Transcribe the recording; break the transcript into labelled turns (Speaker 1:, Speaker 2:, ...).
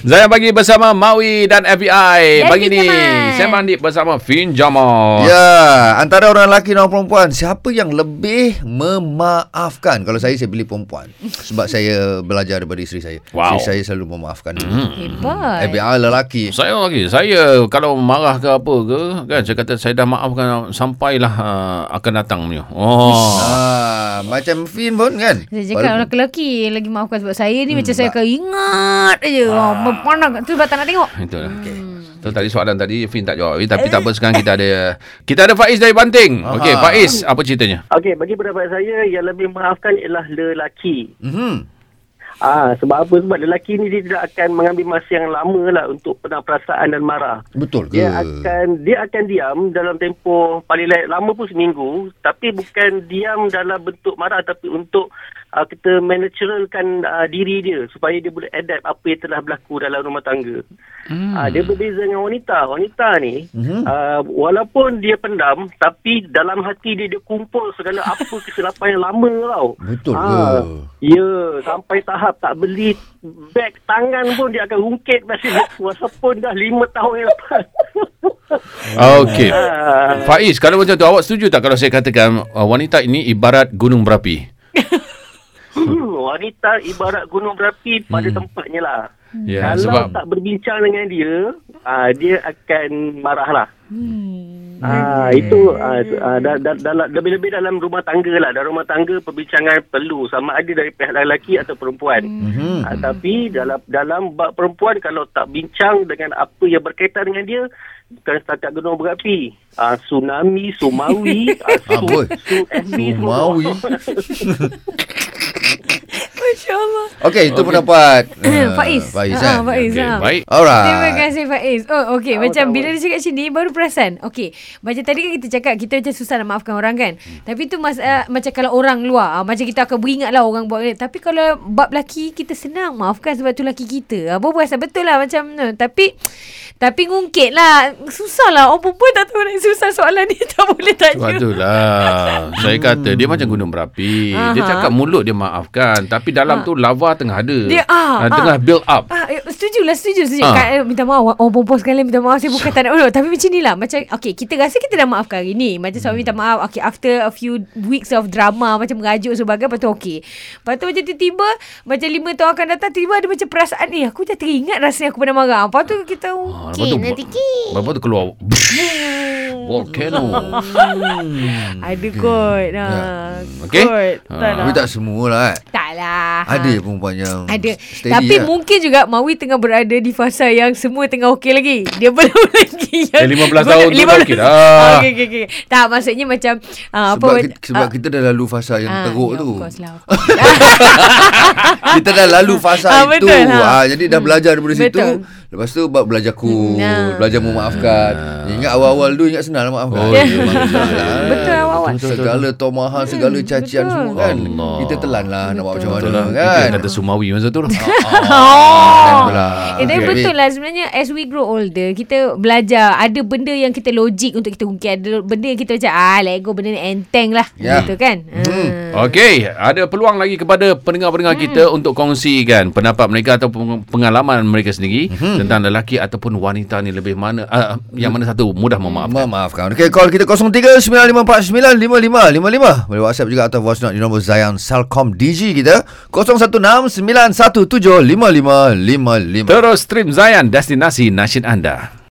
Speaker 1: Saya pagi bersama Maui dan FBI.
Speaker 2: Dan
Speaker 1: pagi ni
Speaker 2: Fin Jamal.
Speaker 1: saya mandi bersama Fin Jamal.
Speaker 3: Ya, antara orang lelaki dan orang perempuan, siapa yang lebih memaafkan? Kalau saya, saya pilih perempuan. Sebab saya belajar daripada isteri saya.
Speaker 1: Wow. Hmm.
Speaker 3: Isteri saya selalu memaafkan.
Speaker 2: Hebat.
Speaker 3: FBI lelaki.
Speaker 1: Saya lagi, saya kalau marah ke apa ke, kan saya kata saya dah maafkan sampailah uh, akan datang punya. Oh.
Speaker 3: Ah, macam Finn pun kan?
Speaker 2: Saya cakap orang lelaki lagi maafkan Hmm, sebab saya ni macam saya akan ingat je. Ah. Oh, panas tu sebab tak nak tengok.
Speaker 1: Itulah. Okay.
Speaker 2: Hmm.
Speaker 1: So tadi soalan tadi Fin tak jawab. Eh, Tapi tak apa sekarang kita ada kita ada Faiz dari Banting. Okey,
Speaker 3: Aha.
Speaker 1: Faiz, apa ceritanya?
Speaker 4: Okey, bagi pendapat saya yang lebih memaafkan ialah lelaki.
Speaker 3: Mm-hmm.
Speaker 4: Ah, sebab apa? Sebab lelaki ni dia tidak akan mengambil masa yang lama lah untuk pedang perasaan dan marah.
Speaker 3: Betul ke?
Speaker 4: Dia akan dia akan diam dalam tempoh paling layak, lama pun seminggu, tapi bukan diam dalam bentuk marah tapi untuk uh, kita manaturalkan uh, diri dia supaya dia boleh adapt apa yang telah berlaku dalam rumah tangga. Hmm. Uh, dia berbeza dengan wanita. Wanita ni
Speaker 3: Mhm.
Speaker 4: hmm. uh, walaupun dia pendam tapi dalam hati dia dia kumpul segala apa kesilapan yang lama tau.
Speaker 3: Betul ke?
Speaker 4: Ah, Ya, sampai tahap tak beli beg tangan pun dia akan rungkit masih walaupun dah lima tahun yang lepas. Ah.
Speaker 1: Okey. Faiz, kalau macam tu awak setuju tak kalau saya katakan uh, wanita ini ibarat gunung berapi?
Speaker 4: Hmm, wanita ibarat gunung berapi pada tempatnya lah.
Speaker 1: Ya,
Speaker 4: Kalau
Speaker 1: sebab
Speaker 4: tak berbincang dengan dia, uh, dia akan marahlah.
Speaker 2: Hmm.
Speaker 4: Ah itu ah, ah, da, da, dalam lebih-lebih dalam rumah tangga lah. Dalam rumah tangga perbincangan perlu sama ada dari pihak lelaki atau perempuan.
Speaker 3: Mhm.
Speaker 4: Ah, tapi dalam dalam bab perempuan kalau tak bincang dengan apa yang berkaitan dengan dia bukan setakat gunung berapi. Ah tsunami, sumawi, ah,
Speaker 3: Ah, boy.
Speaker 4: su, FB semua.
Speaker 3: Sumawi.
Speaker 2: Masya Allah.
Speaker 3: Okey, itu pendapat. ah,
Speaker 2: Faiz.
Speaker 3: Faiz
Speaker 2: Ah, ah,
Speaker 3: kan?
Speaker 2: Faiz.
Speaker 1: Okey,
Speaker 2: ah.
Speaker 1: baik.
Speaker 3: Alright.
Speaker 2: Terima kasih Faiz. Oh, okey.
Speaker 4: Tahu,
Speaker 2: Macam
Speaker 4: tahu.
Speaker 2: bila dia cakap sini, baru perasan. Okey. Macam tadi kan kita cakap, kita macam susah nak maafkan orang kan. Tapi tu mas, uh, macam kalau orang luar, uh, macam kita akan beringat lah orang buat ni. Tapi kalau bab lelaki, kita senang maafkan sebab tu lelaki kita. Apa puasa betul lah macam tu. Tapi, tapi ngungkit lah. Susah lah. Orang perempuan tak tahu nak susah soalan ni. tak boleh tanya.
Speaker 1: Sebab itulah Saya kata Dia macam gunung berapi Dia
Speaker 2: Aha.
Speaker 1: cakap mulut dia maafkan Tapi dalam
Speaker 2: Ah.
Speaker 1: tu Lava tengah ada
Speaker 2: Dia, ah,
Speaker 1: Ah, Tengah build up
Speaker 2: Ah, eh, setuju lah, setuju. setuju.
Speaker 1: Ah.
Speaker 2: Kak, eh, minta maaf. Orang perempuan sekalian minta maaf. Saya bukan tak nak urut. Tapi macam ni lah. Macam, okay, kita rasa kita dah maafkan hari ni. Macam
Speaker 1: Hmm.
Speaker 2: suami minta maaf. Okay, after a few weeks of drama, macam merajuk sebagainya, lepas tu okay. Lepas tu macam tiba-tiba, macam lima tahun akan datang, tiba ada macam perasaan, eh, aku dah teringat rasanya aku pernah marah. Lepas tu kita,
Speaker 1: Ah,
Speaker 2: okay, nanti ki.
Speaker 1: Lepas tu keluar Volcano
Speaker 2: Ada kot. Nah,
Speaker 1: Hmm, Ya. Okey. Ah,
Speaker 2: Kot. Tak
Speaker 3: Tapi
Speaker 2: lah.
Speaker 3: tak semua lah. eh.
Speaker 2: Tak lah.
Speaker 3: Ada perempuan yang
Speaker 2: Ada
Speaker 3: Hmm, steady
Speaker 2: Tapi
Speaker 3: lah.
Speaker 2: mungkin juga Mawi tengah berada di fasa yang semua tengah okey lagi Dia belum lagi
Speaker 1: Eh,
Speaker 2: yang
Speaker 1: 15 tahun tu dah okey dah.
Speaker 2: Ah, Okey okey okey Tak maksudnya macam ah,
Speaker 3: sebab,
Speaker 2: apa,
Speaker 3: kita, sebab kita dah lalu fasa yang
Speaker 2: ah,
Speaker 3: teruk
Speaker 2: ya,
Speaker 3: tu.
Speaker 2: Of course lah of course lah.
Speaker 3: Kita dah lalu fasa
Speaker 2: Ah,
Speaker 3: itu.
Speaker 2: betul, ha.
Speaker 3: Ah, jadi dah belajar daripada
Speaker 2: Betul.
Speaker 3: situ. Lepas tu bab belajar cool,
Speaker 2: Hmm, ah.
Speaker 3: belajar memaafkan. Ingat awal-awal tu ingat senang lah maafkan.
Speaker 1: Ah. Oh, ya.
Speaker 3: Memang senang lah, eh.
Speaker 2: Betul awak
Speaker 3: Segala tomahan, segala cacian
Speaker 2: betul.
Speaker 3: semua kan.
Speaker 1: Allah.
Speaker 3: Kita telan lah nak buat macam mana
Speaker 1: Betul lah
Speaker 3: kan.
Speaker 1: Kita kata Sumawi masa tu lah
Speaker 3: Ah,
Speaker 2: Oh.
Speaker 3: betul lah.
Speaker 2: Eh, tapi
Speaker 3: Okay.
Speaker 2: betul lah sebenarnya as we grow older kita belajar ada benda yang kita logik untuk kita ungkit ada benda yang kita macam ah let go benda ni enteng lah
Speaker 3: Ya.
Speaker 2: gitu kan hmm.
Speaker 1: Okey, ada peluang lagi kepada pendengar-pendengar kita untuk kongsikan pendapat mereka atau peng- pengalaman mereka sendiri tentang lelaki ataupun wanita ni lebih mana ah, yang mana satu mudah memaafkan.
Speaker 3: Memaafkan. Okey, call kita 0395495555. Boleh WhatsApp juga atau voice note di nombor Zayan Salcom DG kita 0169175555.
Speaker 1: Terus stream Zayan destinasi nasyid anda.